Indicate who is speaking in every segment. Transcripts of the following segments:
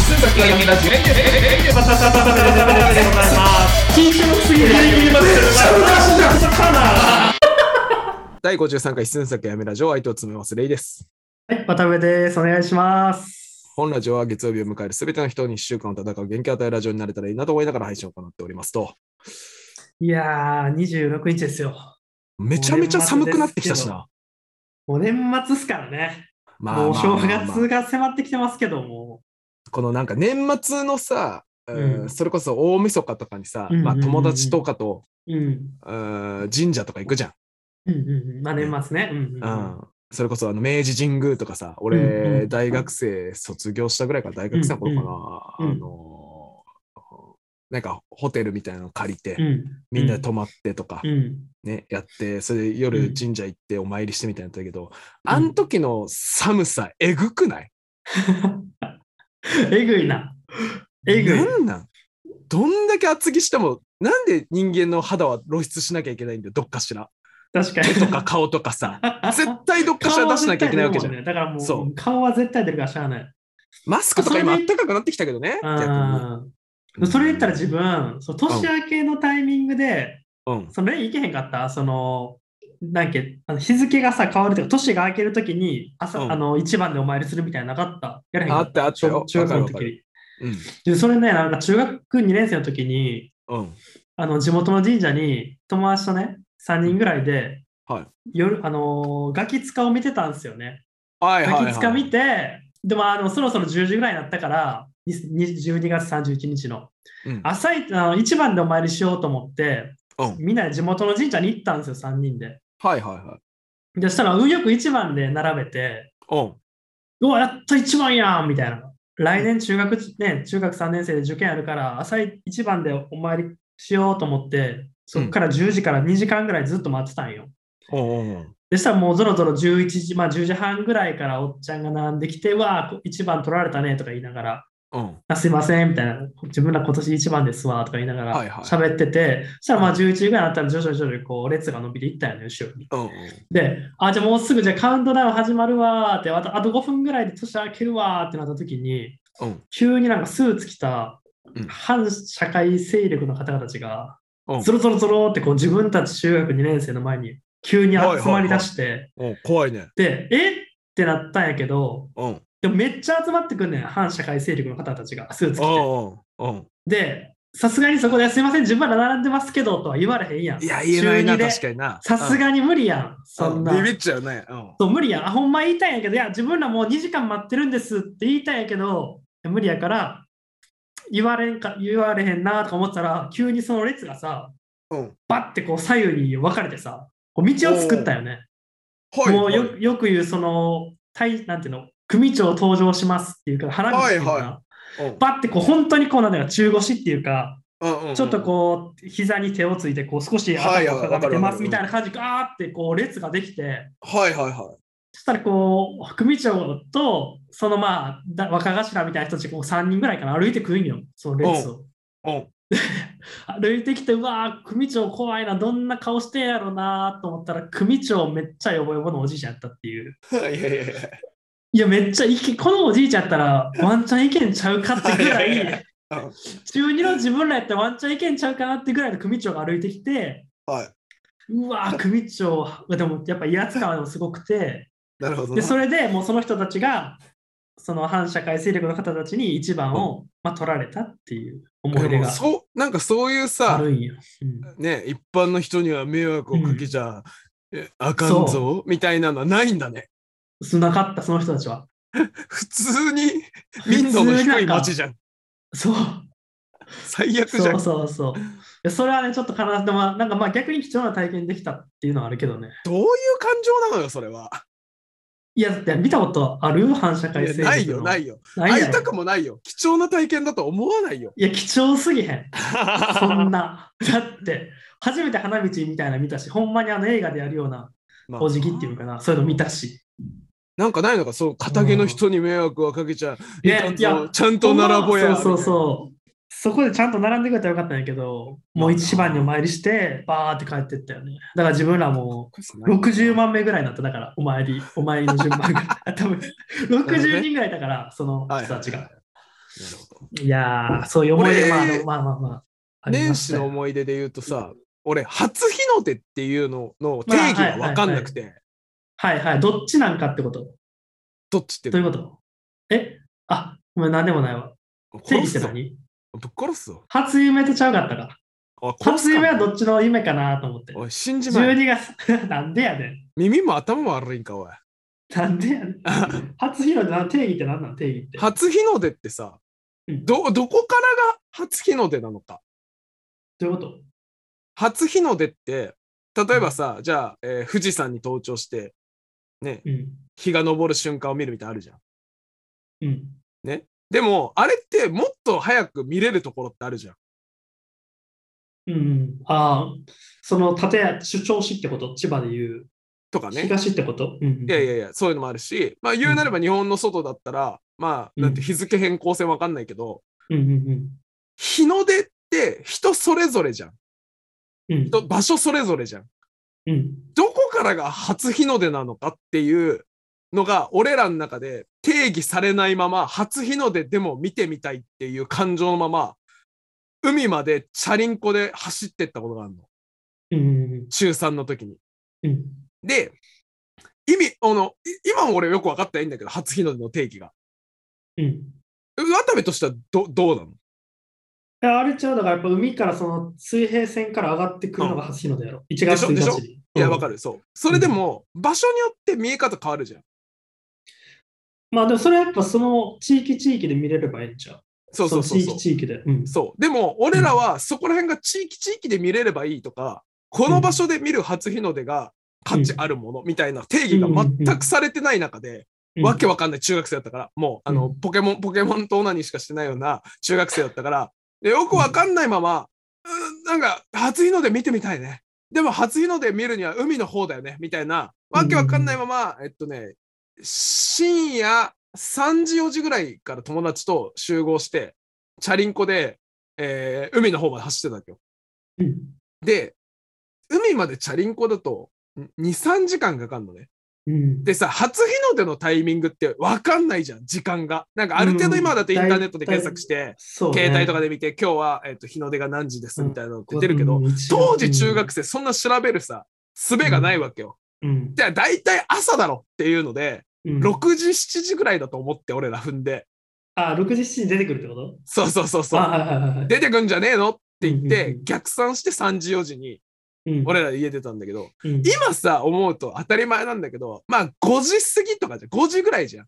Speaker 1: バタバタバタバタ
Speaker 2: 先が読み出す。
Speaker 1: バタでございます。緊張すぎる。緊張すぎる。かな。
Speaker 3: 第53回出演作やめラジオ相手を務めますレイです。
Speaker 1: はい、渡辺です。お願いします。
Speaker 3: 本ラジオは月曜日を迎えるすべての人に1週間を戦う元気を与えるラジオになれたらいいなと思いながら配信を行っておりますと。
Speaker 1: いやー、26日ですよ。
Speaker 3: めちゃめちゃ寒くなってきたしな。
Speaker 1: お年末っすからね。
Speaker 3: ま
Speaker 1: もう正
Speaker 3: まあま
Speaker 1: 月
Speaker 3: あ
Speaker 1: が迫ってきてますけども。
Speaker 3: このなんか年末のさ、うん
Speaker 1: うん
Speaker 3: それこそ大晦日とかにさ、
Speaker 1: うんうんうん
Speaker 3: ま
Speaker 1: う
Speaker 3: あ、
Speaker 1: ん
Speaker 3: 友達とかと、
Speaker 1: うん。
Speaker 3: うん神社とか行くじゃん。
Speaker 1: うんうんうん。まあ年末ね。うんうん
Speaker 3: う
Speaker 1: うん
Speaker 3: んそれこそあの明治神宮とかさ、俺、
Speaker 1: うんうん
Speaker 3: 大学生卒業したぐらいから大学生の頃かな、
Speaker 1: うんうん
Speaker 3: あのーなんかホテルみたいなの借りて、
Speaker 1: うん。
Speaker 3: みんなで泊まってとか
Speaker 1: う、ん。
Speaker 3: ね、やって、それで
Speaker 1: う
Speaker 3: 夜
Speaker 1: ん
Speaker 3: 神社行ってお参りしてみたいなのやったけど、あん時の寒さ、えぐくない
Speaker 1: えぐいな。えぐい。
Speaker 3: なんなんどんだけ厚着しても、なんで人間の肌は露出しなきゃいけないんだよ、どっかしら。
Speaker 1: 確かに。
Speaker 3: 手と か顔とかさ、絶対どっかしら
Speaker 1: 顔は
Speaker 3: 出しなきゃいけないわけじゃん。
Speaker 1: 絶対出るもんねだからもう
Speaker 3: そう
Speaker 1: 顔は絶対出るからしゃあない。
Speaker 3: マスクとか今
Speaker 1: あ
Speaker 3: あ
Speaker 1: それ
Speaker 3: っ
Speaker 1: ね
Speaker 3: たかくなってきたけどね。逆
Speaker 1: うん
Speaker 3: に
Speaker 1: それ言ったら自分、そう年明けのタイミングで、
Speaker 3: うん。
Speaker 1: その連行けへんかった、その、なんけあの日付がさ変わるとか、年が明けるときに朝、
Speaker 3: うん
Speaker 1: あの一番でお参りするみたいなのなかった。やらへんか
Speaker 3: あ
Speaker 1: っ。
Speaker 3: ったあったたよ。
Speaker 1: 中
Speaker 3: わ
Speaker 1: 学
Speaker 3: かる
Speaker 1: の
Speaker 3: わかる。
Speaker 1: 時
Speaker 3: うん。
Speaker 1: でそれね、なんか中学2年生の時に、
Speaker 3: うん。
Speaker 1: あの地元の神社に友達とね、3人ぐらいで、
Speaker 3: はい
Speaker 1: 夜あのーガキ使を見てたんですよね。
Speaker 3: はいはい、
Speaker 1: ガ
Speaker 3: はい。
Speaker 1: キ使見て、でもあのそろそろ10時ぐらいになったから、に12月31日の
Speaker 3: うん。
Speaker 1: 朝いあの一番でお参りしようと思って、
Speaker 3: うん
Speaker 1: みんなで地元の神社に行ったんですよ、3人で。
Speaker 3: はいはいはい。
Speaker 1: で、そしたら運よく一番で並べて、
Speaker 3: うん。
Speaker 1: うわ、やっと一番やんみたいな。来年中学、ね、中学3年生で受験あるから、朝一番でお参りしようと思って、そこから10時から2時間ぐらいずっと待ってたんよ。
Speaker 3: うんうんうん。
Speaker 1: でしたらもうぞろぞろ11時、まあ10時半ぐらいからおっちゃんが並んできて、うわあ、一番取られたねとか言いながら、
Speaker 3: うん。
Speaker 1: あすいませんみたいな、自分ら今年一番ですわとか言いなが
Speaker 3: はい
Speaker 1: ら
Speaker 3: はい
Speaker 1: 喋ってて、そしたらまあ11時ぐらいになったら徐々に徐々にこう列が伸びていったよね、後ろに。
Speaker 3: うんうん。
Speaker 1: で、あ、じゃあもうすぐじゃあカウントダウン始まるわーって、あとあと5分ぐらいで年明けるわーってなった時に、
Speaker 3: うん
Speaker 1: 急になんかスーツ着た
Speaker 3: うん
Speaker 1: 反社会勢力の方々たちが、
Speaker 3: うん
Speaker 1: ゾロゾロゾロってこう自分たち中学2年生の前に急に集まりだして、
Speaker 3: うん。怖いね。
Speaker 1: で、えってなったんやけど、
Speaker 3: うん。
Speaker 1: でもめっちゃ集まってくんねん、反社会勢力の方たちがスーツ
Speaker 3: う
Speaker 1: 着て。
Speaker 3: んうん。うん。
Speaker 1: で、さすがにそこですいません、自分ら並んでますけどとは言われへんやん。
Speaker 3: いや、言えないな、
Speaker 1: 中二で
Speaker 3: 確かにな。
Speaker 1: さすがに無理やん、そんな。
Speaker 3: ビビっちゃうね。うん。
Speaker 1: そう無理やんあほんま言いたいんやけどいや自分らもう2時間待ってるんですって言いたいんやけどいや無理やから言われんか言われへんなとか思ってたら急にその列がさ
Speaker 3: うん。
Speaker 1: バッてこう左右に分かれてさこう道を作ったよね
Speaker 3: はい。
Speaker 1: もう
Speaker 3: は
Speaker 1: よ
Speaker 3: い
Speaker 1: よく言うその対なんていうの組長登場しますっていうか腹口っていうか、
Speaker 3: はいはうん
Speaker 1: バッてこう本当にこうなんだよ中腰っていうか
Speaker 3: うんうんうん
Speaker 1: ちょっとこう膝に手をついてこう少し頭
Speaker 3: はい
Speaker 1: をか
Speaker 3: わ
Speaker 1: がめてま
Speaker 3: かるわかる
Speaker 1: すみたいな感じでガーってこう列ができて
Speaker 3: はいはいは
Speaker 1: そしたらこう組長とそのまあだ若頭みたいな人たちこう3人ぐらいかな歩いてくるんよその列を。
Speaker 3: い。うん。
Speaker 1: 歩いてきてうわー組長怖いなどんな顔してんやろなと思ったら組長めっちゃヨボヨボのおじいちゃんやったっていう
Speaker 3: いやいやいや。
Speaker 1: いやめっちゃいけこのおじいちゃんやったらワンチャン意見ちゃうかってぐら
Speaker 3: いやいやいや
Speaker 1: い
Speaker 3: うん
Speaker 1: 中二の自分らやったらワンチャン意見ちゃうかなってぐらいの組長が歩いてきて
Speaker 3: はい。
Speaker 1: うわー組長でもやっぱ威圧感もすごくて
Speaker 3: なるほど
Speaker 1: で
Speaker 3: な。
Speaker 1: それでもうその人たちがその反社会勢力の方たちに一番を、まあ、取られたっていう思い
Speaker 3: で
Speaker 1: 出
Speaker 3: も
Speaker 1: が
Speaker 3: そう、なんかそういう
Speaker 1: あ
Speaker 3: さ、
Speaker 1: るんよ。うん
Speaker 3: ね、一般の人には迷惑をかけちゃ、えあかんぞみたいなのはないんだね。
Speaker 1: そんなかったその人たちは。
Speaker 3: 普通に民度の
Speaker 1: 普通な
Speaker 3: 低
Speaker 1: ん
Speaker 3: い
Speaker 1: か
Speaker 3: 町じゃん。
Speaker 1: そう
Speaker 3: 最悪じ
Speaker 1: そ
Speaker 3: ゃん
Speaker 1: う。そうそう。いやそれはねちょっと悲しいでもまあなんかまあ逆に貴重な体験できたっていうのはあるけどね。
Speaker 3: どういう感情なのよ、それは。
Speaker 1: いやだって見たことある反社
Speaker 3: い
Speaker 1: 会
Speaker 3: や
Speaker 1: 勢力の
Speaker 3: ないよ、ないよ。
Speaker 1: ない
Speaker 3: 会
Speaker 1: や
Speaker 3: い
Speaker 1: ろ
Speaker 3: たくもないよ。貴重な体験だと思わないよ。
Speaker 1: いや貴重すぎへ ん。そんな。だって初めて花道みたいなの見たしほんまにあの映画でやるような
Speaker 3: まあ
Speaker 1: お辞儀っていうのかなそういうの見たし。
Speaker 3: なんかないのか、そう、片毛の人に迷惑はかけちゃ、い
Speaker 1: ね
Speaker 3: かん
Speaker 1: いや
Speaker 3: ぞちゃんと並ぼや。
Speaker 1: そうそうそう。そこでちゃんと並んでくれたらよかったんやけど、もう一番にお参りして、バーって帰ってったよね。だから自分らもう60万目ぐらいになった、だからお参り、お参りの順番が。多分60人ぐらいだから、その人たちが。
Speaker 3: なるほど
Speaker 1: いやー、そういう思い出、まあ
Speaker 3: 俺、
Speaker 1: まあまあまああり
Speaker 3: 年
Speaker 1: ま
Speaker 3: 始
Speaker 1: したよ。
Speaker 3: の思い出で言うとさ、俺、初日の出っていうのの定義が分かんなくて、
Speaker 1: はいはい。どっちなんかってこと
Speaker 3: どっちって
Speaker 1: どういうことえあ、ごめん、なんでもないわ。定
Speaker 3: 殺
Speaker 1: 義って
Speaker 3: すぞ。
Speaker 1: 何
Speaker 3: ぶっ殺すぞ。
Speaker 1: 初夢とちゃうかったか。
Speaker 3: あ殺
Speaker 1: 初
Speaker 3: す
Speaker 1: 夢は
Speaker 3: か
Speaker 1: どっちの夢かなと思って。
Speaker 3: おい、信じまい。
Speaker 1: 12月、 なんでやねん。
Speaker 3: 耳も頭も悪いんか、おい。
Speaker 1: なんで やねん。初日の出の定義って何なの定義って。
Speaker 3: 初日の出ってさ、
Speaker 1: うん
Speaker 3: ど、どこからが初日の出なのか。
Speaker 1: どういうこと
Speaker 3: 初日の出って、例えばさ、じゃあ、えー富士山に登頂して、ね、
Speaker 1: うん。
Speaker 3: 日が昇る瞬間を見るみたいなのあるじゃん。
Speaker 1: うん。
Speaker 3: でも、あれってもっと早く見れるところってあるじゃん。
Speaker 1: うん。ああ、その建屋、主張市ってこと千葉で言う。
Speaker 3: とかね。
Speaker 1: 東ってことうんうん。
Speaker 3: いやいやいや、そういうのもあるし、まあ言うなれば日本の外だったら、まあ、なんて
Speaker 1: うん
Speaker 3: 日付変更線わかんないけど、
Speaker 1: うんうん
Speaker 3: 日の出って人それぞれじゃん。
Speaker 1: うん。うん。
Speaker 3: 人場所それぞれじゃん。
Speaker 1: うん。
Speaker 3: どこからが初日の出なのかっていうのが、俺らの中で定義されないまま、初日の出でも見てみたいっていう感情のまま、海までチャリンコで走ってったことがあるの。
Speaker 1: うんうん
Speaker 3: 中3の時に。
Speaker 1: うん。うん
Speaker 3: で、意味、あの、い今も俺よく分かってないんだけど、初日の出の定義が。
Speaker 1: うん。
Speaker 3: 渡部としてはどどうなの
Speaker 1: いやあれちゃうだからやっぱ海からその水平線から上がってくるのが初日の出やろ。1月1
Speaker 3: でしょ
Speaker 1: 日に。
Speaker 3: いや、わか
Speaker 1: る。
Speaker 3: る、そう。それでも、場所によって見え方変わるじゃん。
Speaker 1: まあでもそれはやっぱその地域地域で見れればいいんちゃう
Speaker 3: そうそうそう
Speaker 1: の地
Speaker 3: そう
Speaker 1: 域。地域で。うん。
Speaker 3: そう。でも、俺らはそこら辺が地域地域で見れればいいとか、この場所で見る初日の出が価値あるものみたいな定義が全くされてない中で、
Speaker 1: うん
Speaker 3: わけわかんない中学生だったから、もう、あの、
Speaker 1: うん
Speaker 3: ポケモン、ポケモンとオナニーしかしてないような中学生だったから、でよくわかんないまま、うん、なんか、初日の出見てみたいね。でも、初日の出見るには海の方だよね、みたいな、わけわかんないまま、えっとね、深夜3時、4時ぐらいから友達と集合して、チャリンコで、えー海の方まで走ってたわけよ。
Speaker 1: うん。
Speaker 3: で、海までチャリンコだと、2、3時間かかるのね。
Speaker 1: うん。
Speaker 3: でさ、初日の出のタイミングって分かんないじゃん、時間が。なんかある程度今だとインターネットで検索して、
Speaker 1: そうね、
Speaker 3: 携帯とかで見て、今日は、えっと日の出が何時ですみたいなのって
Speaker 1: うん
Speaker 3: 出るけど、、
Speaker 1: 一応
Speaker 3: 当時中学生そんな調べるさ、術がないわけよ。
Speaker 1: うん。
Speaker 3: じゃあ大体朝だろっていうので、
Speaker 1: うん
Speaker 3: 6時、7時ぐらいだと思って俺ら踏んで、
Speaker 1: あ、6時、7時に出てくるってこと
Speaker 3: そうそうそうそう
Speaker 1: あ、。はいはいはいはい。
Speaker 3: 出てくんじゃねえのって言っ
Speaker 1: うんうん
Speaker 3: て
Speaker 1: うん
Speaker 3: 逆算して3時4時に
Speaker 1: うん、
Speaker 3: 俺ら家出たんだけど
Speaker 1: うん、
Speaker 3: 今さ思うと当たり前なんだけどまあ5時過ぎとかじゃん5時ぐらいじゃん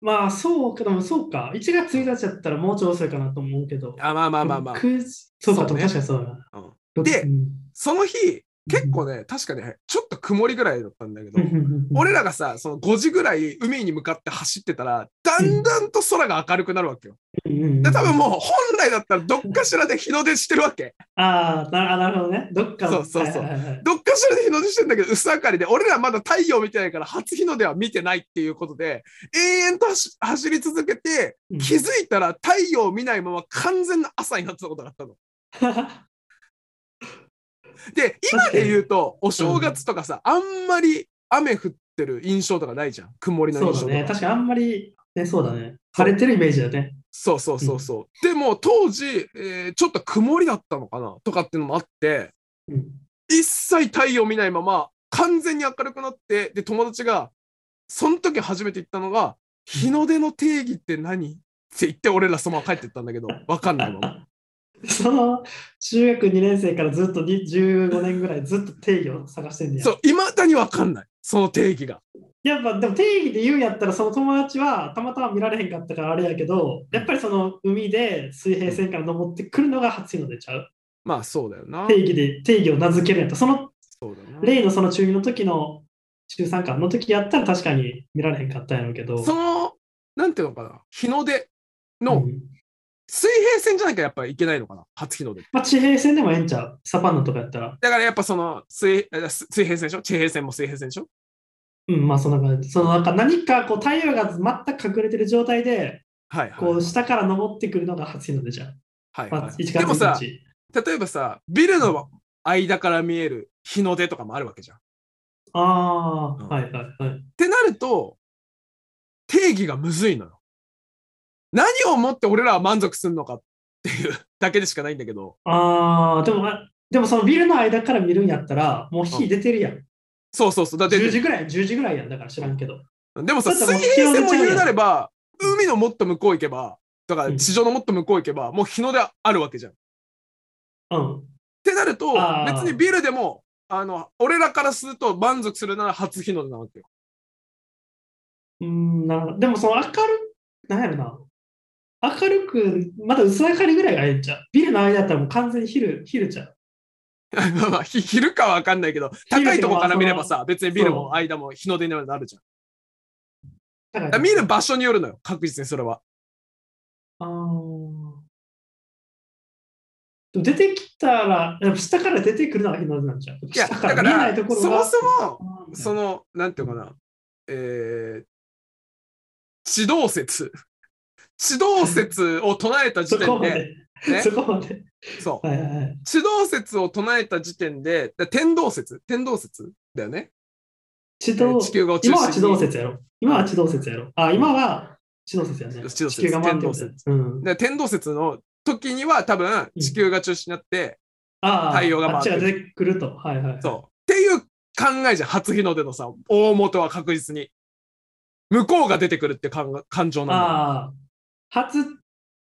Speaker 1: まあ、そうけども、そうか。1月1日だったらもうちょい遅いかなと思うけど。
Speaker 3: あまあまあまあまあ、
Speaker 1: 9時。そうか、
Speaker 3: そうね
Speaker 1: 確かにそうだな。
Speaker 3: うん
Speaker 1: ろく
Speaker 3: で
Speaker 1: うん
Speaker 3: その日結構ね確かねちょっと曇りぐらいだったんだけど
Speaker 1: うんうんうんうん
Speaker 3: 俺らがさその5時ぐらい海に向かって走ってたらだんだんと空が明るくなるわけよ
Speaker 1: うんうんうん
Speaker 3: で多分もう本来だったらどっかしらで日の出してるわけ
Speaker 1: ああ、なあなるほどね。どっかの
Speaker 3: そうそうそう
Speaker 1: はいはいはい
Speaker 3: どっかしらで日の出してんだけど、薄明かりで、俺らまだ太陽見てないから、初日の出は見てないっていうことで、延々と走走り続けて、
Speaker 1: うん
Speaker 3: 気づいたら太陽を見ないまま完全な朝になってたことがあったの。で、今で言うと、お正月とかさ、あんまり雨降ってる印象とかないじゃん。曇りの
Speaker 1: そう
Speaker 3: 印象
Speaker 1: だ
Speaker 3: とか。
Speaker 1: ね。確かにあんまり、ね、そうだね。晴れてるイメージだね。
Speaker 3: そうそうそうそう。でも当時、えーちょっと曇りだったのかなとかっていうのもあって、
Speaker 1: うん。
Speaker 3: 一切太陽見ないまま完全に明るくなってで友達がその時初めて言ったのが「日の出の定義って何?」って言って俺らそのまま帰ってったんだけど分かんないまま
Speaker 1: その中学2年生からずっとに15年ぐらいずっと定義を探してんねや
Speaker 3: そういまだに分かんないその定義が
Speaker 1: やっぱでも定義で言うんやったらその友達はたまたま見られへんかったからあれやけどやっぱりその海で水平線から登ってくるのが初日の出ちゃう
Speaker 3: まあそうだよな
Speaker 1: 定義で定義を名付けるんやったらその
Speaker 3: そうだな
Speaker 1: 例のその中2の時の中3かの時やったら確かに見られへんかったんやろうけど
Speaker 3: そのなんていうのかな日の出
Speaker 1: う
Speaker 3: の
Speaker 1: ん
Speaker 3: 水平線じゃなきゃやっぱいけないのかな初日の出
Speaker 1: まあ、地平線でもええんちゃうサパンナとかやったら
Speaker 3: だからやっぱその水えす水平線でしょ地平線も水平線でしょ
Speaker 1: うんまあそんな感じそのなんか何かこう太陽が全く隠れてる状態で
Speaker 3: はいはい
Speaker 1: こう下から登ってくるのが初日の出じゃん、
Speaker 3: はい
Speaker 1: ま
Speaker 3: は
Speaker 1: あ、
Speaker 3: い
Speaker 1: 1
Speaker 3: でもさ
Speaker 1: 月1日
Speaker 3: 例えばさビルの間から見える日の出とかもあるわけじゃん。っ
Speaker 1: ああ、
Speaker 3: うん
Speaker 1: はいはいはい
Speaker 3: てなると定義がむずいのよ。何をもって俺らは満足するのかっていうだけでしかないんだけど、
Speaker 1: あー、でも、あでもそのビルの間から見るんやったら、もう日出てるやん。
Speaker 3: そうそうそう、だって、
Speaker 1: 10時ぐらい、10時ぐらいやんだから知らんけど。
Speaker 3: でもさ、
Speaker 1: ちょっと
Speaker 3: 水
Speaker 1: もう
Speaker 3: 平線も言うなれば、
Speaker 1: 広がっちゃうやん
Speaker 3: 海のもっと向こう行けば、だか
Speaker 1: う
Speaker 3: ら
Speaker 1: ん
Speaker 3: 地上のもっと向こう行けば、もう日の出あるわけじゃん。っ
Speaker 1: うん。
Speaker 3: てなると
Speaker 1: あ、ー
Speaker 3: 別にビルでも、あの、俺らからすると満足するなら初日の出なわけよ。
Speaker 1: うーんなるほどでもその明るなんやろな。明るく、まだ薄明かりぐらいがええんちゃう。ビルの間だったらもう完全に昼、昼ちゃう。
Speaker 3: まあまあ、ひ昼かはわかんないけど、高いとこから見ればさ、別にビルも間も日の出にはなるじゃん。
Speaker 1: だから
Speaker 3: だから見る場所によるのよ、確実にそれは。
Speaker 1: あーでも出てきたら、やっぱ下から出てくるのが日の出なんちゃう。
Speaker 3: いや、
Speaker 1: 下
Speaker 3: だ
Speaker 1: から
Speaker 3: か
Speaker 1: 見えない
Speaker 3: ら、
Speaker 1: と
Speaker 3: そ
Speaker 1: こ
Speaker 3: も
Speaker 1: ろ
Speaker 3: そ
Speaker 1: が。
Speaker 3: も、その、なんていうのかな、えー、地動説。地動説を唱えた時
Speaker 1: そこ
Speaker 3: 点
Speaker 1: ま
Speaker 3: で、
Speaker 1: で。
Speaker 3: ね
Speaker 1: そ、こまで。
Speaker 3: そう。
Speaker 1: はいはいはい。
Speaker 3: 地動説を唱えた時点で、だ天動説天動説だよね。
Speaker 1: 地動
Speaker 3: 地球が落ちる
Speaker 1: 今は地動説やろ。今は地動説やろ。あ、今は地動説やね。
Speaker 3: 地動説
Speaker 1: 球が回ってるやつ
Speaker 3: 天動
Speaker 1: うん。
Speaker 3: で天動説の時には多分地球が中心になって、
Speaker 1: ああ、
Speaker 3: 太陽が
Speaker 1: あっち
Speaker 3: 回っ
Speaker 1: が
Speaker 3: てる
Speaker 1: 出てくると。はいはい。
Speaker 3: そう。っていう考えじゃん、初日の出のさ、大元は確実に。向こうが出てくるって感が感情なんだ
Speaker 1: ああ、初、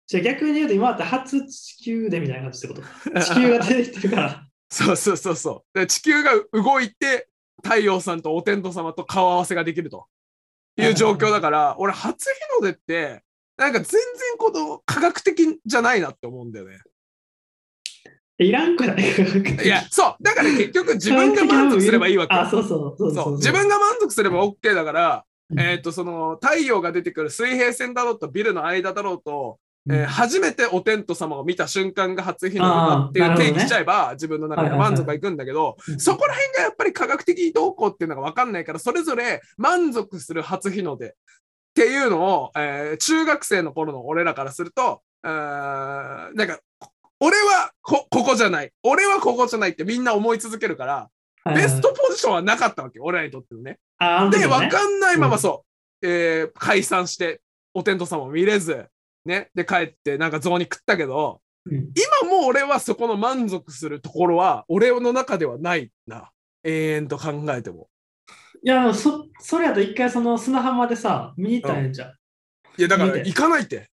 Speaker 1: じゃあ逆に言うと今だって初地球でみたいな感じってこと。
Speaker 3: よ。
Speaker 1: 地球が出てきてるから。
Speaker 3: そうそうそうそう。で地球が動いて、太陽さんとお天道様と顔合わせができるという状況だから、俺、初日の出って、なんか全然この科学的じゃないなって思うんだよね。
Speaker 1: いらんくない
Speaker 3: いや、そう。だから結局自分が満足すればいいわけよ
Speaker 1: あ、そうそうそうそう
Speaker 3: そ
Speaker 1: そうう。
Speaker 3: 自分が満足すれば OK だから、
Speaker 1: うん
Speaker 3: えっ、と、その太陽が出てくる水平線だろうとビルの間だろうと、えー初めてお天道様を見た瞬間が初日の出だって
Speaker 1: あーなるほど
Speaker 3: いう定
Speaker 1: ね
Speaker 3: 義しちゃえば、自分の中で満足がいくんだけど、
Speaker 1: うん
Speaker 3: そこら辺がやっぱり科学的動向っていうのが分かんないから、それぞれ満足する初日の出っていうのを、えー中学生の頃の俺らからすると、うーんなんか、こ俺はこここじゃない、俺はここじゃないってみんな思い続けるから、
Speaker 1: はいはい
Speaker 3: ベストポジションはなかったわけ、俺らにとってのね。
Speaker 1: ああの時
Speaker 3: で、
Speaker 1: はね
Speaker 3: 分かんないままそう、えー解散して、お天道様も見れず、ね、で、帰って、なんか雑煮食ったけど、
Speaker 1: うん
Speaker 3: 今 もう俺はそこの満足するところは、俺の中ではないな。永遠と考えても。
Speaker 1: いや、そ、それやと一回その砂浜でさ、見に行ったらええんじゃん。
Speaker 3: いや、だから
Speaker 1: 見て
Speaker 3: 行かないって。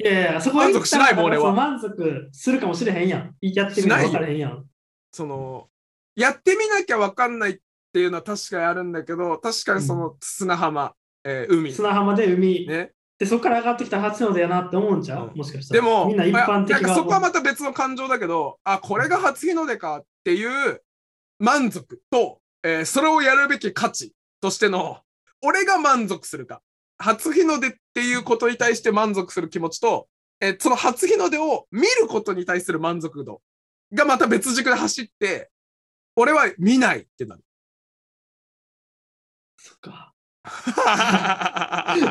Speaker 1: いやいや、そこは
Speaker 3: 満足しないもん俺は
Speaker 1: 満足するかもしれへんやん。やってみたら分からへんやん。
Speaker 3: その、やってみなきゃ分かんないっていうのは確かにあるんだけど、確かにその砂浜、えー海、
Speaker 1: 砂浜で海、
Speaker 3: ね、
Speaker 1: で、そこから上がってきた初の出やなって思うんちゃう、
Speaker 3: うん
Speaker 1: もしかした
Speaker 3: で
Speaker 1: ら。
Speaker 3: も、
Speaker 1: みんな一般的
Speaker 3: まあなんかそこは
Speaker 1: は
Speaker 3: また別の感情だけど、あ、これが初日の出かっていう満足と、えーそれをやるべき価値としての、俺が満足するか。初日の出っていうことに対して満足する気持ちと、えーその初日の出を見ることに対する満足度がまた別軸で走って、俺は見ないって なる。
Speaker 1: そっか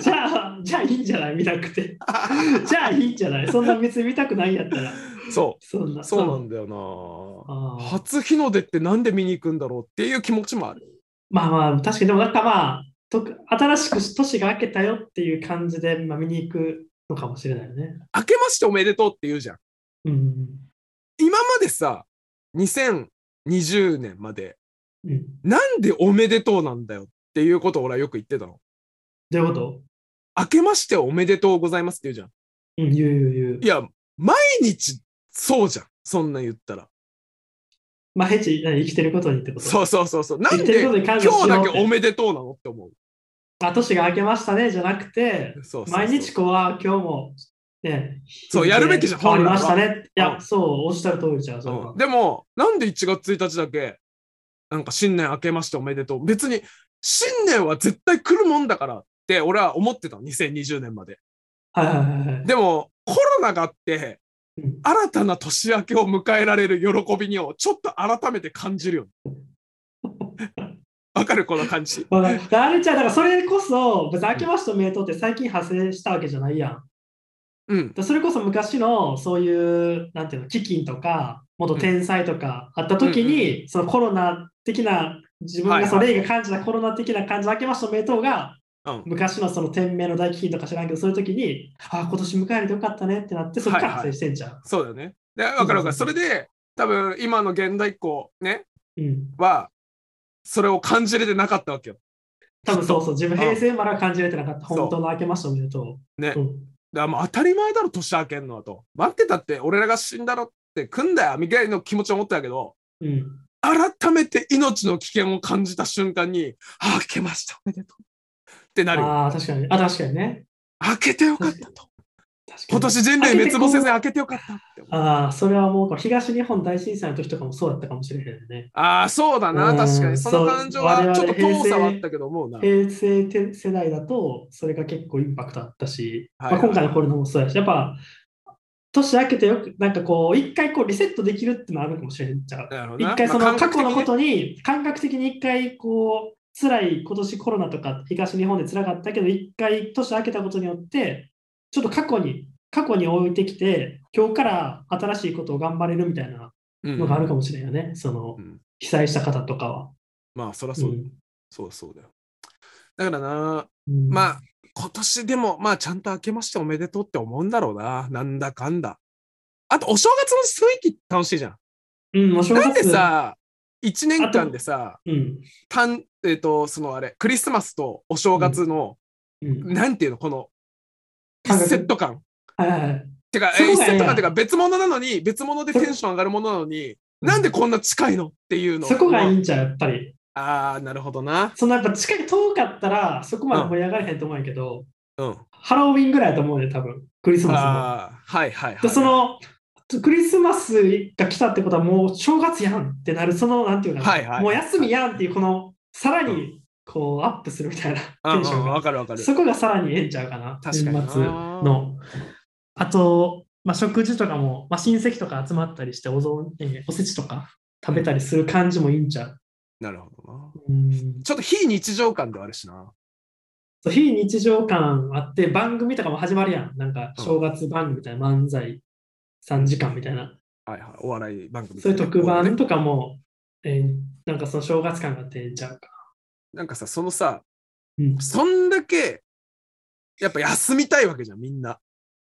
Speaker 1: じゃあ、じゃあいいんじゃない見なくて。 じゃあいいんじゃないそんな別に見たくないんやったら。
Speaker 3: そ
Speaker 1: そんな。
Speaker 3: う、そうなんだよな。
Speaker 1: あー
Speaker 3: 初日の出ってなんで見に行くんだろうっていう気持ちもある。
Speaker 1: まあまあ、確かに、でもなんかまあ、と新しく年が明けたよっていう感じで、まあ、見に行くのかもしれないよね。
Speaker 3: 明けましておめでとうって言うじゃん。
Speaker 1: うん。
Speaker 3: 今までさ、2020年まで、
Speaker 1: うん。
Speaker 3: なんでおめでとうなんだよっていうことを俺はよく言ってたの。
Speaker 1: どういうこと
Speaker 3: 明けましておめでとうございますって言うじゃん。
Speaker 1: うん、言う言う言う
Speaker 3: い。や、毎日そうじゃん。そんなん言ったら。
Speaker 1: まあ、ヘチ、何生きてることにってこと
Speaker 3: そうそうそうそう。な
Speaker 1: 生
Speaker 3: ん
Speaker 1: きて
Speaker 3: で
Speaker 1: ることに感謝
Speaker 3: 今
Speaker 1: しよう
Speaker 3: 日
Speaker 1: って
Speaker 3: だけおめでとうなのって思う。
Speaker 1: あ、年が明けましたね、じゃなくて、
Speaker 3: そうそうそう
Speaker 1: 毎日こうは今日も、ね、
Speaker 3: そうやるべきじゃん
Speaker 1: 変わりましたね。い
Speaker 3: うん
Speaker 1: や、そう、おっしゃる通りじゃん、それは
Speaker 3: うんでも、なんで1月1日だけ、なんか新年明けましておめでとう。別に、新年は絶対来るもんだからって俺は思ってたの。2020年まで。
Speaker 1: はいはいはいはい。
Speaker 3: でも、コロナがあって、
Speaker 1: うん
Speaker 3: 新たな年明けを迎えられる喜びにをちょっと改めて感じるよね。 わかるこの感じ。
Speaker 1: まあ、だからあれじゃんだからそれこそ、別に明けましておめでとうって最近派生したわけじゃないやん。だか
Speaker 3: うん。
Speaker 1: らそれこそ昔のそういう、なんていうの、飢饉とか、元天災とかあった時に、そのコロナ的な、自分
Speaker 3: はいは
Speaker 1: が
Speaker 3: い
Speaker 1: その例が感じたコロナ的な感じで明けましておめでとうが、
Speaker 3: うん
Speaker 1: 昔のその天命の大飢饉とか知らんけど、そういう時に、ああ、今年迎えれてよかったねってなって、そっから
Speaker 3: はいはい
Speaker 1: 発生してんじゃん。
Speaker 3: そうだよね。で、わかるわかる。それで、多分今の現代っ子ね、
Speaker 1: うん。
Speaker 3: は、それを感じれてなかったわけよ。
Speaker 1: 多分そうそう、自分
Speaker 3: うん
Speaker 1: 平成まだ感じれてなかった。
Speaker 3: そう
Speaker 1: 本当の明けましておめでとう。
Speaker 3: ね
Speaker 1: うん
Speaker 3: だからもう当たり前だろ、年明けんのはと。待ってたって、俺らが死んだろって、来んだよ、みたいな気持ちを持ってたけど、
Speaker 1: うん。
Speaker 3: 改めて命の危険を感じた瞬間に、ああ、明けました、おめでとう。ってなるよ。
Speaker 1: ああ、確かに。あ、確かにね。
Speaker 3: 明けてよかったと。
Speaker 1: 確かに
Speaker 3: 今年人類滅亡せずに明けてよかったって思う。
Speaker 1: ああ、それはもう東日本大震災の時とかもそうだったかもしれへんね。
Speaker 3: ああ、そうだな、
Speaker 1: うん
Speaker 3: 確かに。その感情は、ち
Speaker 1: そ
Speaker 3: ょ
Speaker 1: う
Speaker 3: っと
Speaker 1: 我々
Speaker 3: 遠さはあったけど、思うな。
Speaker 1: 平成て世代だと、それが結構インパクトあったし、
Speaker 3: はいはい
Speaker 1: まあ、今回のコロナもそうやし、やっぱ、年明けてよく、なんかこう、一回こうリセットできるってのあるかもしれへんじゃん。
Speaker 3: なるほどな
Speaker 1: 一回そ
Speaker 3: まあ
Speaker 1: の過
Speaker 3: 感覚
Speaker 1: 去の
Speaker 3: 的に
Speaker 1: ことに、感覚的に一回こう、辛い今年コロナとか東日本で辛かったけど、一回年明けたことによって、ちょっと過去に、過去に置いてきて、今日から新しいことを頑張れるみたいな
Speaker 3: ね
Speaker 1: のがあ
Speaker 3: うん
Speaker 1: るかもしれんよね、その
Speaker 3: うん
Speaker 1: 被災した方とかは。
Speaker 3: まあ、そりゃそうだよ。そうそうだよ。だからな、
Speaker 1: うん
Speaker 3: まあ、今年でも、まあ、ちゃんと明けましておめでとうって思うんだろうな。なんだかんだ。あと、お正月の雰囲気楽しいじゃん。
Speaker 1: うん、お正月
Speaker 3: なんで、さ、1年間でさ、
Speaker 1: うん
Speaker 3: たんえっ、と、そのあれ、クリスマスとお正月の、
Speaker 1: うん、
Speaker 3: なんていうの、この、一
Speaker 1: 感覚
Speaker 3: セット感。
Speaker 1: はいはいはい
Speaker 3: てか、
Speaker 1: そ
Speaker 3: え
Speaker 1: うだよ
Speaker 3: 一セット感っていうか、別物なのに、別物でテンション上がるものなのに、なんでこんな近いのっていうの。
Speaker 1: そこがいいんじゃうやっぱり。
Speaker 3: ああ、なるほどな。
Speaker 1: そのやっぱ近い遠かったら、そこまで盛り上がれへんと思うんやけど、
Speaker 3: うん。
Speaker 1: ハロウィンぐらいだと思うね、多分クリスマ
Speaker 3: ああ、はいはい
Speaker 1: スも。
Speaker 3: は
Speaker 1: で
Speaker 3: い。
Speaker 1: そのクリスマスが来たってことはもう正月やんってなる、そのなんていうかな、
Speaker 3: はいはい
Speaker 1: もう休みやんっていう、このさらにこうアップするみたいな
Speaker 3: うん
Speaker 1: テンショ
Speaker 3: う
Speaker 1: ン
Speaker 3: ん、
Speaker 1: が
Speaker 3: わかるわかる。
Speaker 1: そこがさらにええんちゃうかな、
Speaker 3: 確かにな
Speaker 1: 年末の。あと、まあ、食事とかも、まあ、親戚とか集まったりしてお雑、えーおせちとか食べたりする感じもいいんちゃう。
Speaker 3: なるほどな。
Speaker 1: うん
Speaker 3: ちょっと非日常感ではあるしな。
Speaker 1: そう非日常感あって、番組とかも始まるやん。なんか、
Speaker 3: うん
Speaker 1: 正月番組みたいな、漫才3時間みたいな。
Speaker 3: はいはい。お笑い番組、
Speaker 1: そういう特番
Speaker 3: ね。
Speaker 1: とかも、えーなんかその正月感があってええんちゃうか。
Speaker 3: なんかさ、そのさ、
Speaker 1: うん。
Speaker 3: そんだけ、やっぱ休みたいわけじゃん、みんな。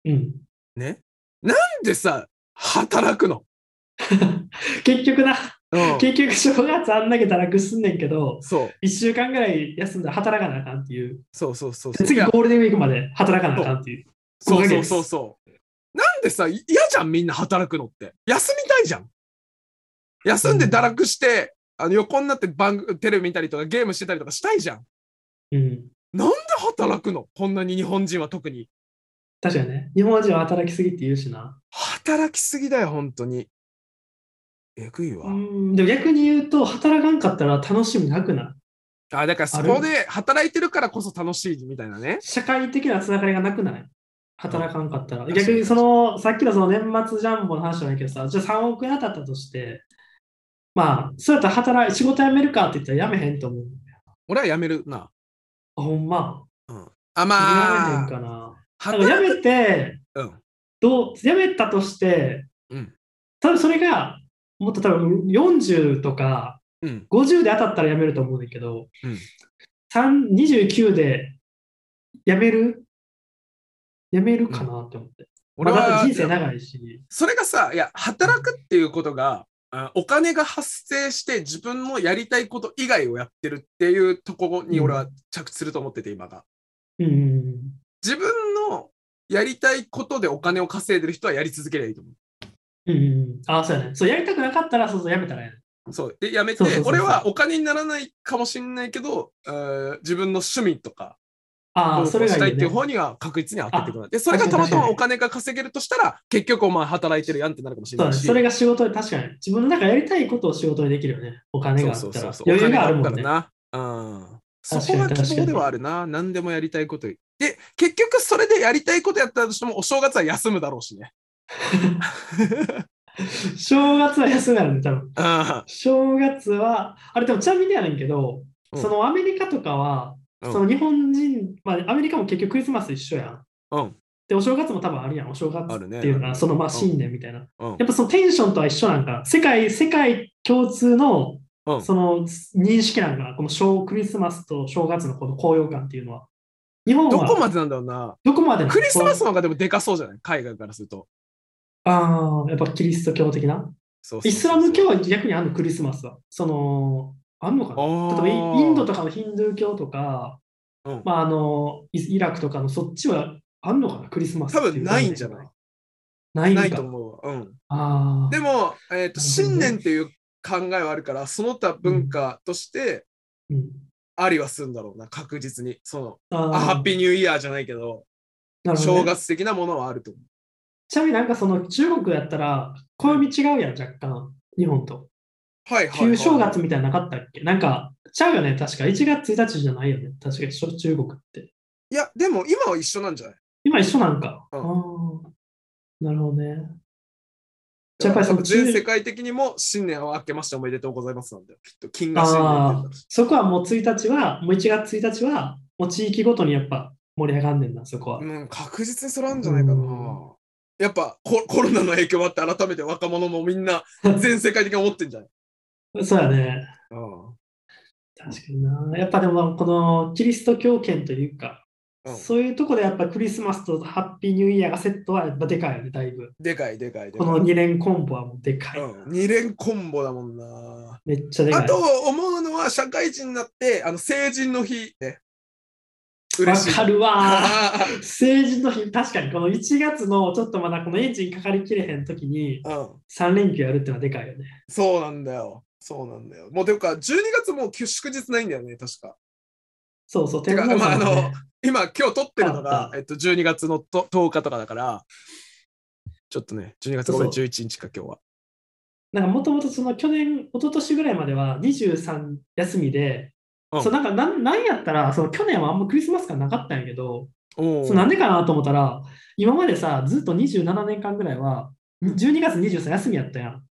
Speaker 1: うん、
Speaker 3: ね。なんでさ、働くの
Speaker 1: 結局な、
Speaker 3: うん。
Speaker 1: 結局正月あんだけ堕落すんねんけど、
Speaker 3: そう、
Speaker 1: 1週間ぐらい休んだら働かなあかんっていう。
Speaker 3: そうそうそうそう。
Speaker 1: 次
Speaker 3: いや
Speaker 1: ゴールデンウィークまで働かなあかんっていう。
Speaker 3: そ
Speaker 1: 五
Speaker 3: う
Speaker 1: ヶ
Speaker 3: そう
Speaker 1: 月
Speaker 3: そうそう。なんでさ、嫌じゃん、みんな働くのって。休みたいじゃん。休んで堕落して、あの横になって番テレビ見たりとかゲームしてたりとかしたいじゃん。
Speaker 1: うん。
Speaker 3: なんで働くのこんなに日本人は特に。
Speaker 1: 確かにね。日本人は働きすぎって言うしな。
Speaker 3: 働きすぎだよ、本当に。えぐいわ。
Speaker 1: うん。でも逆に言うと、働かんかったら楽しみなくな
Speaker 3: あだからそこで働いてるからこそ楽しいみたいなね
Speaker 1: い。。社会的なつながりがなくない働かんかったら。
Speaker 3: うん
Speaker 1: 逆にその、さっきのその年末ジャンボの話じゃないけどさ、じゃあ3億円当たったとして、まあ、そうやったら働い、仕事辞めるかって言ったら辞めへんと思う。
Speaker 3: 俺は辞めるな。
Speaker 1: あ、ほんま。
Speaker 3: あ、ま
Speaker 1: 辞めへん
Speaker 3: あ、
Speaker 1: かな。だから
Speaker 3: 働
Speaker 1: 辞めて、
Speaker 3: うん
Speaker 1: どう、辞めたとして、
Speaker 3: うん
Speaker 1: 多分それが、もっと多分40とか、
Speaker 3: うん。
Speaker 1: 50で当たったら辞めると思うねんだけど、
Speaker 3: うん
Speaker 1: 三29で辞める辞めるかなって思って。
Speaker 3: 俺
Speaker 1: まあだっ
Speaker 3: は
Speaker 1: て人生長いし。
Speaker 3: それがさ、いや、働くっていうことが、あお金が発生して自分のやりたいこと以外をやってるっていうところに俺は着地すると思ってて、今が。
Speaker 1: うんうん
Speaker 3: 自分のやりたいことでお金を稼いでる人はやり続ければいいと思う。
Speaker 1: うん。うんうん、ああ、そうやね。そう、やりたくなかったら、そうそう、やめたらやね。
Speaker 3: そう。で、やめて
Speaker 1: そうそうそう、そう
Speaker 3: 俺はお金にならないかもしれないけど、えー自分の趣味とか、
Speaker 1: ああ、
Speaker 3: そ
Speaker 1: そうれ
Speaker 3: し
Speaker 1: が
Speaker 3: た
Speaker 1: い
Speaker 3: い
Speaker 1: い、
Speaker 3: ってい
Speaker 1: ね
Speaker 3: う。方には確実には当たってくる。で、それ
Speaker 1: 確か
Speaker 3: が
Speaker 1: に
Speaker 3: たまたまお金が稼げるとしたら、結局お前働いてるやんってなるかもしれ
Speaker 1: そう
Speaker 3: な
Speaker 1: だ
Speaker 3: い
Speaker 1: ね、
Speaker 3: し。
Speaker 1: それが仕事で確かに自分の中でやりたいことを仕事にできるよね。お金があ
Speaker 3: そう
Speaker 1: った
Speaker 3: そう
Speaker 1: ら
Speaker 3: そうそう。
Speaker 1: 余裕があるもん
Speaker 3: お金
Speaker 1: ね。
Speaker 3: があったらなうん。そ
Speaker 1: 確か
Speaker 3: こ
Speaker 1: に
Speaker 3: が希望ではあるな。何でもやりたいこと。で、結局それでやりたいことやったとしても、お正月は休むだろうしね。
Speaker 1: 正月は休みなのね、多分。
Speaker 3: うん
Speaker 1: 正月は、あれでもちなみにやねんけど、
Speaker 3: うん
Speaker 1: そのアメリカとかは、
Speaker 3: うん
Speaker 1: その日本人、まあ、アメリカも結局クリスマス一緒やん。
Speaker 3: うん
Speaker 1: で、お正月も多分あるやん。お正月
Speaker 3: あるね
Speaker 1: ってい
Speaker 3: あ
Speaker 1: うの
Speaker 3: る
Speaker 1: は、
Speaker 3: ね
Speaker 1: そのまあ
Speaker 3: うん
Speaker 1: 新年みたいな。
Speaker 3: うん
Speaker 1: やっぱそのテンションとは一緒なんか、世界、世界共通の、
Speaker 3: うん
Speaker 1: その認識なんかな、この正クリスマスと正月のこの高揚感っていうのは。日本は
Speaker 3: どこまでなんだろうな。
Speaker 1: どこまで
Speaker 3: クリスマスの方がでもでかそうじゃない海外からすると。
Speaker 1: ああ、やっぱキリスト教的な。
Speaker 3: そうそうそう
Speaker 1: イスラム教は逆にあるの、クリスマスは。その、あんのか
Speaker 3: あ
Speaker 1: な例えばイ
Speaker 3: ー
Speaker 1: インドとかのヒンドゥー教とか、
Speaker 3: うん
Speaker 1: まああのイイラクとかのそっちはあんのかなクリスマス
Speaker 3: 多
Speaker 1: ってう
Speaker 3: 分ないんじゃない
Speaker 1: ないんか
Speaker 3: ないと思うわ。うん。
Speaker 1: あー
Speaker 3: でも、えーと、
Speaker 1: なるほどね
Speaker 3: 信念っていう考えはあるから、その他文化として
Speaker 1: うん
Speaker 3: ありはするんだろうな、確実に。その、
Speaker 1: あ
Speaker 3: あハッピーニューイヤーじゃないけど、
Speaker 1: なるほどね
Speaker 3: 正月的なものはあると思う。
Speaker 1: ちなみになんかその中国やったら、暦違うやん、若干。日本と。
Speaker 3: はいはい、は
Speaker 1: 旧
Speaker 3: い。
Speaker 1: 正月みたいなのなかったっけなんか、ちゃうよね、確か。1月1日じゃないよね。確かに、しょ中国って。
Speaker 3: いや、でも今は一緒なんじゃない
Speaker 1: 今一緒なんか。
Speaker 3: うん
Speaker 1: あーなるほどね。じゃあやっぱりその
Speaker 3: 全世界的にも新年を明けましておめでとうございますなんだよ。きっと金が新年
Speaker 1: あ
Speaker 3: って
Speaker 1: あ、そこはもう1日は、もう1月1日は、もう地域ごとにやっぱ盛り上がんねんな、そこは。
Speaker 3: 言うんだうん、確実にそれあるんじゃないかな
Speaker 1: うん。
Speaker 3: やっぱココロナの影響もあって改めて若者もみんな全世界的に思ってんじゃない、
Speaker 1: そうやね。
Speaker 3: うん
Speaker 1: 確かにな。やっぱでも、このキリスト教圏というか、
Speaker 3: うん
Speaker 1: そういうとこでやっぱクリスマスとハッピーニューイヤーがセットはやっぱでかいよね、だいぶ。
Speaker 3: でかいでかいで
Speaker 1: こ
Speaker 3: かい。
Speaker 1: の2連コンボはもうでかいな、
Speaker 3: うん、2連コンボだもんな。
Speaker 1: めっちゃでかい。
Speaker 3: あと思うのは社会人になってあの成人の日ね。
Speaker 1: わ
Speaker 3: 嬉しい。
Speaker 1: かるわー。
Speaker 3: う
Speaker 1: 成人の日、確かにこの1月のちょっとまだこのエンジンかかりきれへん時に
Speaker 3: ん、
Speaker 1: 3連休やるってのはでかいよね。
Speaker 3: そうなんだよ。そうなんだよ。もうていうか12月もう休祝日ないんだよね確か。
Speaker 1: そうそう、
Speaker 3: てか
Speaker 1: 皇さんは
Speaker 3: まああ
Speaker 1: ね
Speaker 3: の今今日撮ってるの
Speaker 1: あ
Speaker 3: が
Speaker 1: っ、た
Speaker 3: えっと、12月のと10日とかだからちょっとね12月
Speaker 1: そう
Speaker 3: ご
Speaker 1: そう
Speaker 3: めん11日か今日は。
Speaker 1: なんかもともとその去年、一昨年ぐらいまでは23休みで、
Speaker 3: うん
Speaker 1: そうなんかなんなんやったら、その去年はあんまクリスマス感なかったんやけど、
Speaker 3: おー
Speaker 1: そうなんでかなと思ったら、今までさ、ずっと27年間ぐらいは、12月23休みやったやん。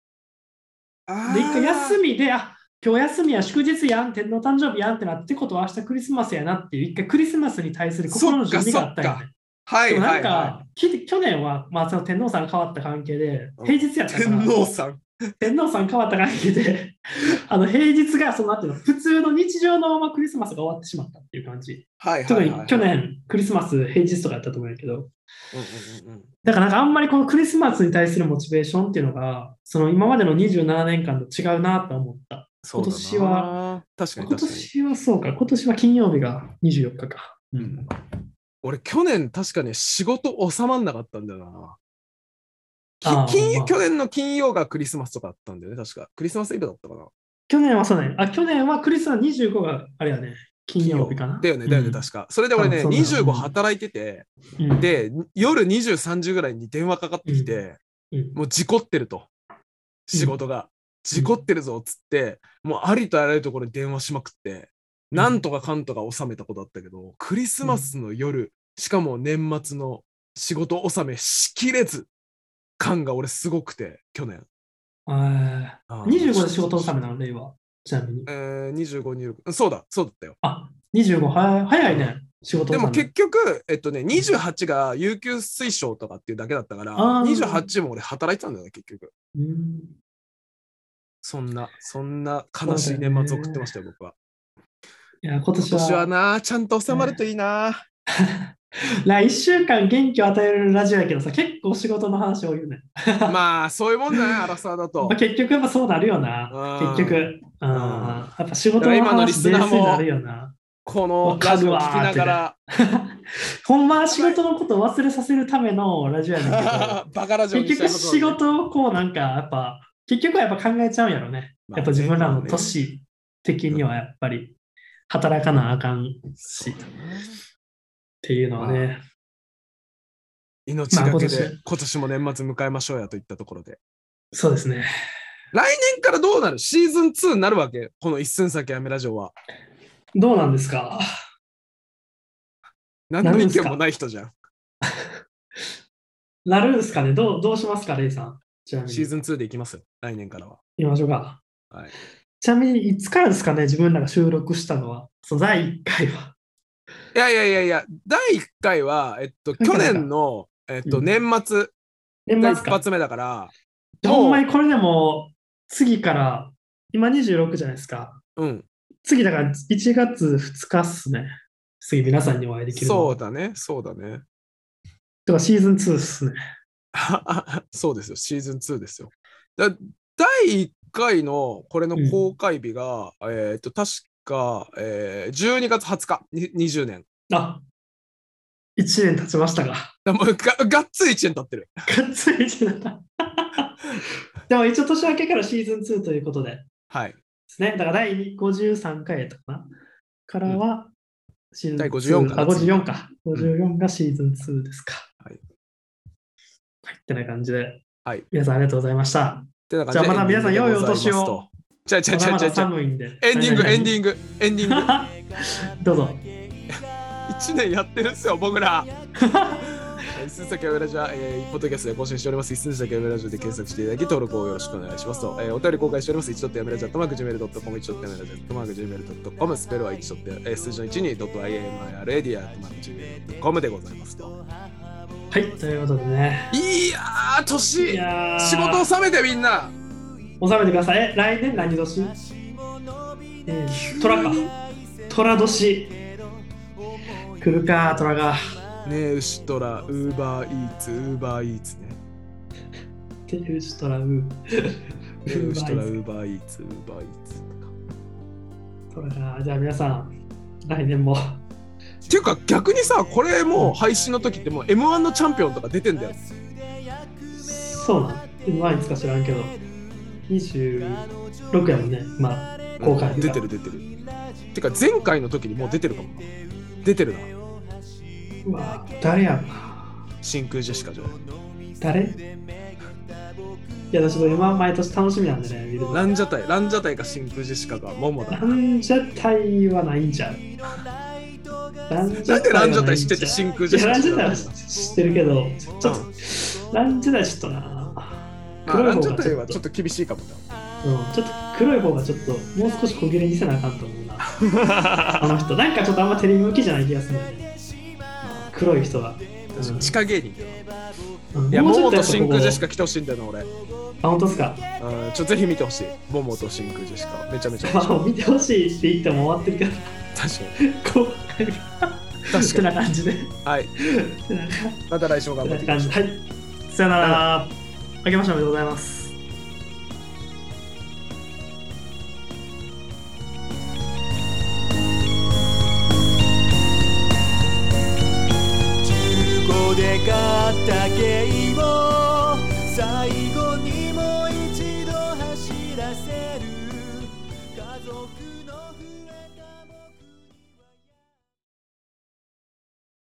Speaker 3: あ
Speaker 1: で、一回休
Speaker 3: み
Speaker 1: みで、あ今日休みや祝日やん、天皇誕生日やんってなってことは明日クリスマスやなっていう、一回クリスマスに対する心の準備があったんやね。
Speaker 3: はい
Speaker 1: でも
Speaker 3: は
Speaker 1: なん
Speaker 3: い、
Speaker 1: か、
Speaker 3: は
Speaker 1: き去年は、まあ、その天皇さんが変わった関係で、
Speaker 3: うん
Speaker 1: 平日やっ
Speaker 3: い。
Speaker 1: たから、
Speaker 3: 天皇さん。
Speaker 1: 天皇さん変わった関係で、 あの平日がその後の普通の日常のままクリスマスが終わってしまったっていう感じ。
Speaker 3: はいはい
Speaker 1: 特
Speaker 3: はい、
Speaker 1: に
Speaker 3: はい。
Speaker 1: 去年、クリスマス平日とかやったと思うんやけど、
Speaker 3: うんうんうんうん。
Speaker 1: だからなんかあんまりこのクリスマスに対するモチベーションっていうのが、その今までの27年間と違うなと思った。
Speaker 3: そうだな
Speaker 1: 今年は、
Speaker 3: 確かに
Speaker 1: 今
Speaker 3: 確かに。
Speaker 1: 年はそうか、今年は金曜日が24日か。う
Speaker 3: うん俺、去年確かね、仕事収まんなかったんだよな。
Speaker 1: あー
Speaker 3: き金
Speaker 1: まあ
Speaker 3: 去年の金曜がクリスマスとかあったんだよね、確か。クリスマスイブだったかな。
Speaker 1: 去年はそうね、あ、去年はクリスマス25があれやね、金曜日かな。
Speaker 3: だよね、だよね、確か。それで俺ね、
Speaker 1: 多分そ
Speaker 3: 25
Speaker 1: うだよね
Speaker 3: 働いてて、
Speaker 1: かに、
Speaker 3: で、夜23時ぐらいに電話かかってきて、
Speaker 1: うん
Speaker 3: もう事故ってると、仕事が。事故ってるぞっつって、もうありとあらゆるところに電話しまくって、
Speaker 1: うん
Speaker 3: なんとかかんとか収めたことあったけど、クリスマスの夜、しかも年末の仕事納めしきれず、感が俺すごくて、去年。
Speaker 1: あー25で仕事納め
Speaker 3: め。
Speaker 1: なの、令和。ちなみに。
Speaker 3: えー、25、26。そうだ、そうだったよ。
Speaker 1: あ、25、は早いね、仕事
Speaker 3: で
Speaker 1: 納
Speaker 3: も
Speaker 1: め。
Speaker 3: 結局、えっとね、28が有給推奨とかっていうだけだったから、
Speaker 1: あー
Speaker 3: 28も俺働いてたんだよね、結局。
Speaker 1: うん
Speaker 3: そんな、そんな悲しい年末を送ってましたよ、僕は。
Speaker 1: いや今
Speaker 3: 今
Speaker 1: 年は
Speaker 3: 年はな、ちゃんと収まるといいな。
Speaker 1: 来1週間元気を与えるラジオやけどさ、結構仕事の話多いよね。
Speaker 3: まあ、そういうもんだね、アラサーだと
Speaker 1: まあ、。結局やっぱそうなるよな。
Speaker 3: うん
Speaker 1: 結局。うん
Speaker 3: うん
Speaker 1: やっぱ仕
Speaker 3: だ
Speaker 1: 事
Speaker 3: から
Speaker 1: の
Speaker 3: 今のリ
Speaker 1: 話
Speaker 3: ス
Speaker 1: ベ
Speaker 3: ナー
Speaker 1: ー
Speaker 3: も
Speaker 1: スになるよな。
Speaker 3: このラジオを聞きながら、
Speaker 1: ほんまは仕事のことを忘れさせるためのラジオやねんけ
Speaker 3: バ カラジオ
Speaker 1: ど、
Speaker 3: にし
Speaker 1: 結
Speaker 3: たい
Speaker 1: 局
Speaker 3: こと
Speaker 1: 仕事をこうなんかやっぱ、結局はやっぱ考えちゃうんやろね。
Speaker 3: まあね
Speaker 1: やっぱ自分らの年的にはやっぱり働かなあかんっ
Speaker 3: そうだな
Speaker 1: ていうのはね。
Speaker 3: 命がけ
Speaker 1: まあ今
Speaker 3: で、今年も年末迎えましょうやといったところで。
Speaker 1: そうですね。
Speaker 3: 来年からどうなるシーズン2になるわけこの一寸先やめラジオは。
Speaker 1: どうなんですか
Speaker 3: 何の意見もない人じゃん。
Speaker 1: なるんですかねどうどうしますか、レイさん。ちなみに。
Speaker 3: シーズン2でいきますよ、来年からは。
Speaker 1: 行きましょうか。
Speaker 3: はい
Speaker 1: ちなみに、いつからですかね、自分らが収録したのは。そう、第1回 は。
Speaker 3: いやいやいやいや、第1回は、えっと、
Speaker 1: なんか
Speaker 3: 去年の、えっと、
Speaker 1: うん
Speaker 3: 年末
Speaker 1: 年
Speaker 3: が
Speaker 1: 末
Speaker 3: 一
Speaker 1: か。
Speaker 3: 発目だから、
Speaker 1: ほんまにこれでも、次から、今26じゃないですか。
Speaker 3: うん。
Speaker 1: 次だから1月2日っすね。次皆さんにお会いできるの
Speaker 3: そうだね、そうだね。
Speaker 1: とかシーズン2っすね。
Speaker 3: そうですよ、シーズン2ですよ。だ第1回のこれの公開日が、えっと、確か、えー12月20日、に20年。
Speaker 1: あ1年経ちましたが。
Speaker 3: だもうががっつり1年経ってる。
Speaker 1: がっつり1年経った。 でも一応年明けからシーズン2ということでで
Speaker 3: はい。
Speaker 1: すね。だから第53回とかなからはシーズン2、
Speaker 3: 第54かな
Speaker 1: あ、54か。54がシーズン2ですか。
Speaker 3: はい。
Speaker 1: 入ってない感じで。
Speaker 3: はい。
Speaker 1: 皆さんありがとうございました。
Speaker 3: じゃ
Speaker 1: じゃあまた皆さん良いお年を。
Speaker 3: じゃあじゃあじゃあ
Speaker 1: ま
Speaker 3: じゃ
Speaker 1: だ
Speaker 3: あじゃあ
Speaker 1: 寒いんで。
Speaker 3: エンディングエンディ
Speaker 1: ン
Speaker 3: ングエンディング。
Speaker 1: グ。 どうぞ。
Speaker 3: 1年やってるんすよ僕ら一寸先はウラジオ、えー、ポッドキャストで更新しております。一寸先はウラジオで検索していただき、登録をよろしくお願いしますと。えーお便り公開しております。一度ってやめらじゃったまく gmail.com、一度ってやめらじゃったまく gmail.com、スペルは一度って、えー、数字の1に .imiradia.gmail.com でございますと。
Speaker 1: はい。ということでね。
Speaker 3: いやー、
Speaker 1: い
Speaker 3: 年
Speaker 1: やー
Speaker 3: 仕事納めてみんな
Speaker 1: 収めてください。え、来年何年えー、トラか。トラ年。来るか、トラが。っ
Speaker 3: ねえ、ウシトラ、ウーバーイーツ、ウーバーイーツね。
Speaker 1: ていうし、トラウ。
Speaker 3: ねえウシトラ、ウ
Speaker 1: ウ。
Speaker 3: ーバーイーツ、ウーバーイーツとか。
Speaker 1: トラか。じゃあ皆さん、来年も。
Speaker 3: っていうか逆にさこれもう配信の時ってもう m 1のチャンピオンとか出てんだよ
Speaker 1: そうなん。前につか知らんけど。26やもんね。まあ、後悔
Speaker 3: 出てる出てるてか前回の時にもう出てるかもな出てるな
Speaker 1: うわ誰やろな。
Speaker 3: 真空ジェシカ女
Speaker 1: 誰いや、私も今毎年楽しみなんでね、見るの。
Speaker 3: ランジャタイランジャタイか真空ジェシカがモモだ
Speaker 1: ランジャタイはないんじゃん。ランジ
Speaker 3: なんでランジャタイ知ってて
Speaker 1: ャ
Speaker 3: 真空ジェシ
Speaker 1: タイいや、
Speaker 3: カ
Speaker 1: ランジャタイ
Speaker 3: 女
Speaker 1: は知ってるけど、ちょっと、ランジャタイちょっとな、
Speaker 3: まあランジャタイ
Speaker 1: 黒い方
Speaker 3: は
Speaker 1: が
Speaker 3: ちょ
Speaker 1: ち
Speaker 3: っ
Speaker 1: ょっ
Speaker 3: と厳しいかも
Speaker 1: うん、ちょっと黒い方がちょっと、もう少し小切れにせなあかんと思うな、あ
Speaker 3: な
Speaker 1: の人。なんかちょっとあんまテレビ向きじゃない気がするんだよね。黒い人は。うん
Speaker 3: 地下芸人
Speaker 1: う
Speaker 3: い
Speaker 1: ん
Speaker 3: や
Speaker 1: もう
Speaker 3: モ
Speaker 1: ちょ
Speaker 3: モ
Speaker 1: っ
Speaker 3: と
Speaker 1: とやっぱ
Speaker 3: 真空ジェシ
Speaker 1: こ
Speaker 3: カ来てほしいんだよな俺う
Speaker 1: うあ、本当ですか。
Speaker 3: んちょっとぜひ見てほしいモモと真空ジェシカめちゃめちゃ面
Speaker 1: まあ、
Speaker 3: 白い
Speaker 1: もう見てほしいって言っても終わってるか
Speaker 3: 確かに
Speaker 1: ら、こう、
Speaker 3: 確
Speaker 1: て
Speaker 3: かに
Speaker 1: な感じで。
Speaker 3: はい
Speaker 1: てな感じで
Speaker 3: また来週も頑張っていきましょう
Speaker 1: はい。さよなら。あけましておめでとうございます。
Speaker 2: 中古で買ったゲイを最後にもう一度走らせ